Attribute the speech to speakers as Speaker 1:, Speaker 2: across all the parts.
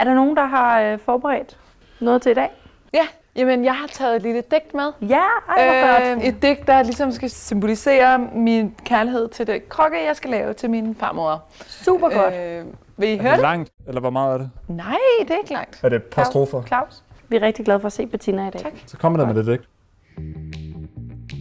Speaker 1: Er der nogen, der har øh, forberedt noget til i dag?
Speaker 2: Ja, jamen jeg har taget et lille digt med.
Speaker 1: Ja, ej, hvor øh, godt.
Speaker 2: et digt, der ligesom skal symbolisere min kærlighed til det krokke, jeg skal lave til min farmor.
Speaker 1: Super godt. Øh.
Speaker 2: Øh, vil I
Speaker 3: Er
Speaker 2: høre
Speaker 3: det
Speaker 2: det?
Speaker 3: langt, eller hvor meget er det?
Speaker 2: Nej, det er ikke langt.
Speaker 3: Er det et par strofer?
Speaker 2: Claus?
Speaker 1: Vi er rigtig glade for at se Bettina i dag.
Speaker 2: øh. Tak.
Speaker 3: Så kommer der med det digt.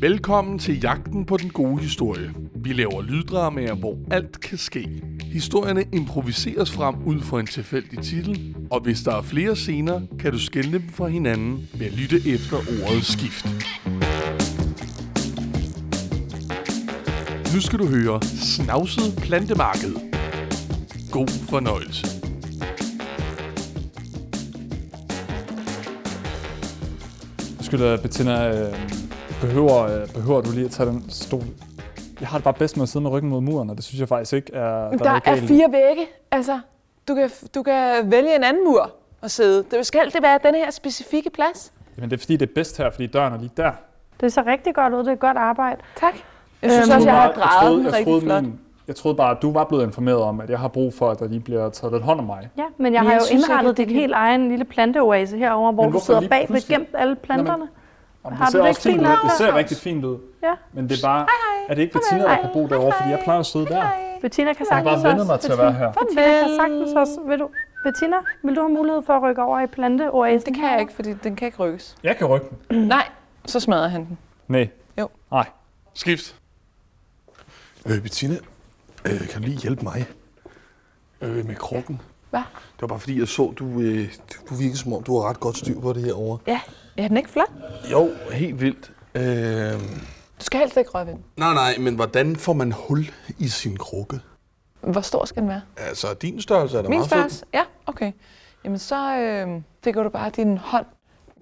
Speaker 4: Velkommen til Jagten på den gode historie. Vi laver lyddramaer, hvor alt kan ske. Historierne improviseres frem ud fra en tilfældig titel, og hvis der er flere scener, kan du skelne dem fra hinanden ved at lytte efter ordet skift. Nu skal du høre Snavset Plantemarked. God fornøjelse.
Speaker 3: Skylder Bettina, øh, behøver, øh, behøver du lige at tage den stol? Jeg har det bare bedst med at sidde med ryggen mod muren, og det synes jeg faktisk ikke er...
Speaker 2: Der,
Speaker 3: noget
Speaker 2: der
Speaker 3: galt
Speaker 2: er
Speaker 3: i.
Speaker 2: fire vægge. Altså, du kan, du kan vælge en anden mur at sidde. Det skal det være den her specifikke plads.
Speaker 3: Jamen det er fordi, det er bedst her, fordi døren er lige der.
Speaker 1: Det så rigtig godt ud. Det er godt arbejde.
Speaker 2: Tak. Jeg synes
Speaker 1: Øhm,
Speaker 2: også, jeg har
Speaker 3: troede bare-
Speaker 2: drejet
Speaker 3: troede-
Speaker 2: den rigtig flot.
Speaker 3: min- jeg troede bare, at du var blevet informeret om, at jeg har brug for, at der lige bliver taget lidt hånd om mig.
Speaker 1: Ja, men jeg
Speaker 2: Men
Speaker 1: har
Speaker 2: jeg
Speaker 1: jo
Speaker 2: synes
Speaker 1: indrettet
Speaker 2: ikke,
Speaker 1: din
Speaker 2: at det
Speaker 1: helt egen lille planteoase herover, hvor
Speaker 3: Men
Speaker 1: du
Speaker 3: hvorfor
Speaker 1: sidder
Speaker 3: lige
Speaker 1: bag ved
Speaker 3: pludselig?
Speaker 1: gemt alle planterne.
Speaker 3: Om
Speaker 1: Har du det ikke fint
Speaker 3: ud.
Speaker 1: nok,
Speaker 3: Det ser
Speaker 2: Claus?
Speaker 3: rigtig fint ud.
Speaker 1: Ja.
Speaker 3: Men det er bare, er det ikke Bettina, der kan bo derovre, fordi jeg plejer at sidde der.
Speaker 1: Bettina kan
Speaker 3: Jeg har
Speaker 1: sagtens
Speaker 3: bare vendet mig til at være her.
Speaker 1: Bettina kan sagtens også. Vil du, Bettina, vil du have mulighed for at rykke over i planteoasen?
Speaker 2: Det kan jeg ikke, fordi den kan ikke rykkes.
Speaker 3: Jeg kan rykke den.
Speaker 2: Nej, så smadrer han den.
Speaker 3: Nej.
Speaker 2: Jo.
Speaker 3: Nej.
Speaker 4: Skift. Øh, Bettina, øh, kan du lige hjælpe mig øh, med krukken?
Speaker 2: Hvad?
Speaker 4: Det var bare fordi, jeg så, du, øh, du virkede som om, du har ret godt styr på det herovre.
Speaker 2: Ja, ja den er ikke flot.
Speaker 4: Jo, helt vildt. Øh,
Speaker 2: Du skal helst ikke røre ved den.
Speaker 4: nej, nej, men hvordan får man hul i sin krukke?
Speaker 2: Hvor stor skal den være?
Speaker 4: Altså, din størrelse er da
Speaker 2: Min
Speaker 4: meget fed.
Speaker 2: størrelse? Ja, okay. Jamen så øh, fik du bare din hånd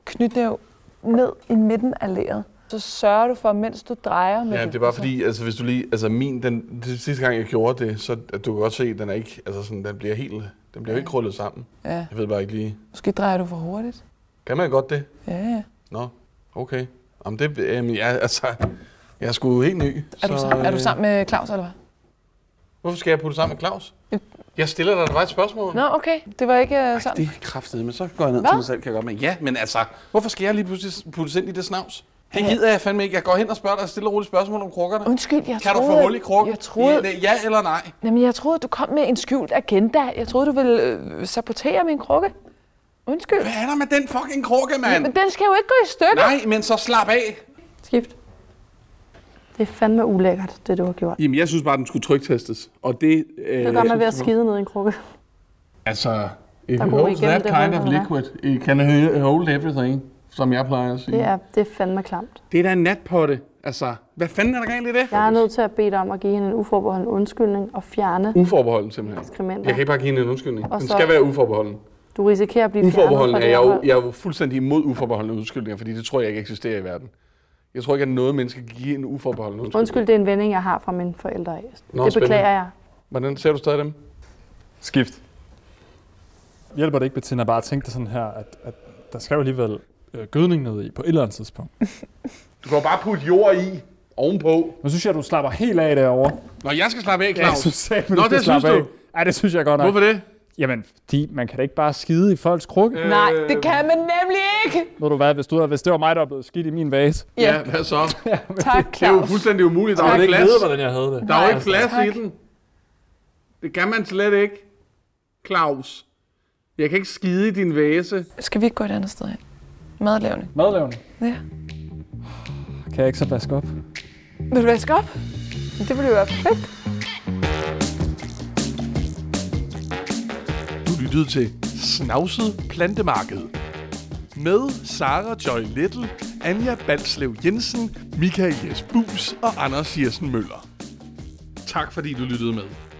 Speaker 2: knytnæv ned i midten af læret. Så sørger du for, mens du drejer med
Speaker 5: Ja,
Speaker 2: din-
Speaker 5: det er bare fordi, altså hvis du lige, altså min, den, den sidste gang jeg gjorde det, så at du kan godt se, at den er ikke, altså sådan, den bliver helt, den bliver jo ikke krullet sammen.
Speaker 2: Ja,
Speaker 5: Jeg ved bare ikke lige,
Speaker 2: måske drejer du for hurtigt.
Speaker 5: kan man godt det?
Speaker 2: Ja, ja.
Speaker 5: Nå, okay. Jamen det, jamen, jeg, altså, jeg er sgu helt ny.
Speaker 2: Er, du sammen, er du
Speaker 5: øh,
Speaker 2: sammen med Claus, eller hvad?
Speaker 5: Hvorfor skal jeg putte sammen med Claus?
Speaker 2: Ja.
Speaker 5: Jeg stiller dig, der var et spørgsmål.
Speaker 2: Nå, okay. Det var ikke øh,
Speaker 5: Ej,
Speaker 2: sådan.
Speaker 5: det er kraftigt, men så går jeg ned
Speaker 2: Hvad?
Speaker 5: til mig selv, kan jeg godt med. Ja, men altså, hvorfor skal jeg lige pludselig puttes ind i det snavs? Det gider jeg fandme ikke. Jeg går hen og spørger dig stille og roligt spørgsmål om krukkerne.
Speaker 2: Undskyld, jeg
Speaker 5: kan du
Speaker 2: troede...
Speaker 5: få hul i krukken?
Speaker 2: Jeg troede,
Speaker 5: Ja, ja eller nej?
Speaker 2: jamen, jeg troede, du kom med en skjult agenda. Jeg troede, du ville øh, sabotere min krukke. Undskyld.
Speaker 5: Hvad er der med den fucking krukke, mand?
Speaker 2: Men den skal jo ikke gå i stykker.
Speaker 5: Nej, men så slap af.
Speaker 1: Skift. Det er fandme ulækkert, det du har gjort.
Speaker 5: Jamen, jeg synes bare, den skulle trygtestes. Og det... Øh,
Speaker 1: Det gør man ved at skide ned i en krukke.
Speaker 5: Altså, if
Speaker 1: Der
Speaker 5: you
Speaker 1: går
Speaker 5: hold
Speaker 1: igennem
Speaker 5: that
Speaker 1: det
Speaker 5: kind
Speaker 1: hul,
Speaker 5: of
Speaker 1: eller
Speaker 5: liquid, it can he- hold everything, som jeg plejer at sige.
Speaker 1: Det er, det er fandme klamt.
Speaker 5: det er da en natpotte. Altså, hvad fanden er der galt i det?
Speaker 1: Jeg er nødt til at bede dig om at give hende en uforbeholden undskyldning og fjerne
Speaker 5: Uforbeholden, simpelthen.
Speaker 1: ekskrementer.
Speaker 5: Jeg kan ikke bare give hende en undskyldning.
Speaker 1: Og
Speaker 5: Den
Speaker 1: så-
Speaker 5: skal være uforbeholden.
Speaker 1: Du risikerer at blive
Speaker 5: Uforbeholden er
Speaker 1: fjernet
Speaker 5: jeg,
Speaker 1: fra
Speaker 5: jo,
Speaker 1: det her
Speaker 5: jeg er jo fuldstændig imod uforbeholdende undskyldninger, fordi det tror jeg ikke eksisterer i verden. Jeg tror ikke, at noget menneske kan give en uforbeholden
Speaker 1: hold.
Speaker 5: undskyldning.
Speaker 1: Undskyld, det er en vending, jeg har fra mine forældre. af.
Speaker 5: Nå,
Speaker 1: det beklager
Speaker 5: spændende.
Speaker 1: jeg.
Speaker 5: Hvordan ser du stadig dem?
Speaker 3: Skift. Hjælper det ikke, Bettina, bare at tænke dig sådan her, at, at der skal jo alligevel øh, gødning ned i på et eller andet tidspunkt.
Speaker 5: Du kan jo bare putte jord i ovenpå.
Speaker 3: Nu synes jeg, du slapper helt af derovre.
Speaker 5: Nå, jeg skal slappe af,
Speaker 3: Ja, jeg
Speaker 5: Claus.
Speaker 3: synes ikke,
Speaker 5: Nå,
Speaker 3: du skal
Speaker 5: det synes
Speaker 3: slappe af.
Speaker 5: du.
Speaker 3: Ej, det synes jeg godt nok.
Speaker 5: Hvorfor det?
Speaker 3: Jamen, fordi man kan da ikke bare skide i folks krukke. Øh.
Speaker 2: Nej, det kan man nemlig ikke.
Speaker 3: Ved du hvad, hvis, du, hvis det var mig, der var blevet skidt i min vase,
Speaker 2: Ja,
Speaker 5: Ja, hvad så?
Speaker 2: tak,
Speaker 5: Det er jo
Speaker 2: Claus.
Speaker 5: fuldstændig umuligt. Der er jo ikke plads.
Speaker 3: hvordan jeg havde det.
Speaker 5: Der er jo
Speaker 2: Nej,
Speaker 5: ikke plads
Speaker 2: tak.
Speaker 5: i den. Det kan man slet ikke, Claus. Jeg kan ikke skide i din væse.
Speaker 2: Skal vi ikke gå et andet sted hen? Madlavning.
Speaker 3: Madlavning.
Speaker 2: Ja.
Speaker 3: Kan jeg ikke så vaske op?
Speaker 2: Vil du vaske op? Det ville jo være perfekt.
Speaker 4: Du lyttede til Snavset Plantemarked. Med Sara Joy Little, Anja Balslev Jensen, Michael Jes Bus og Anders Jersen Møller. Tak fordi du lyttede med.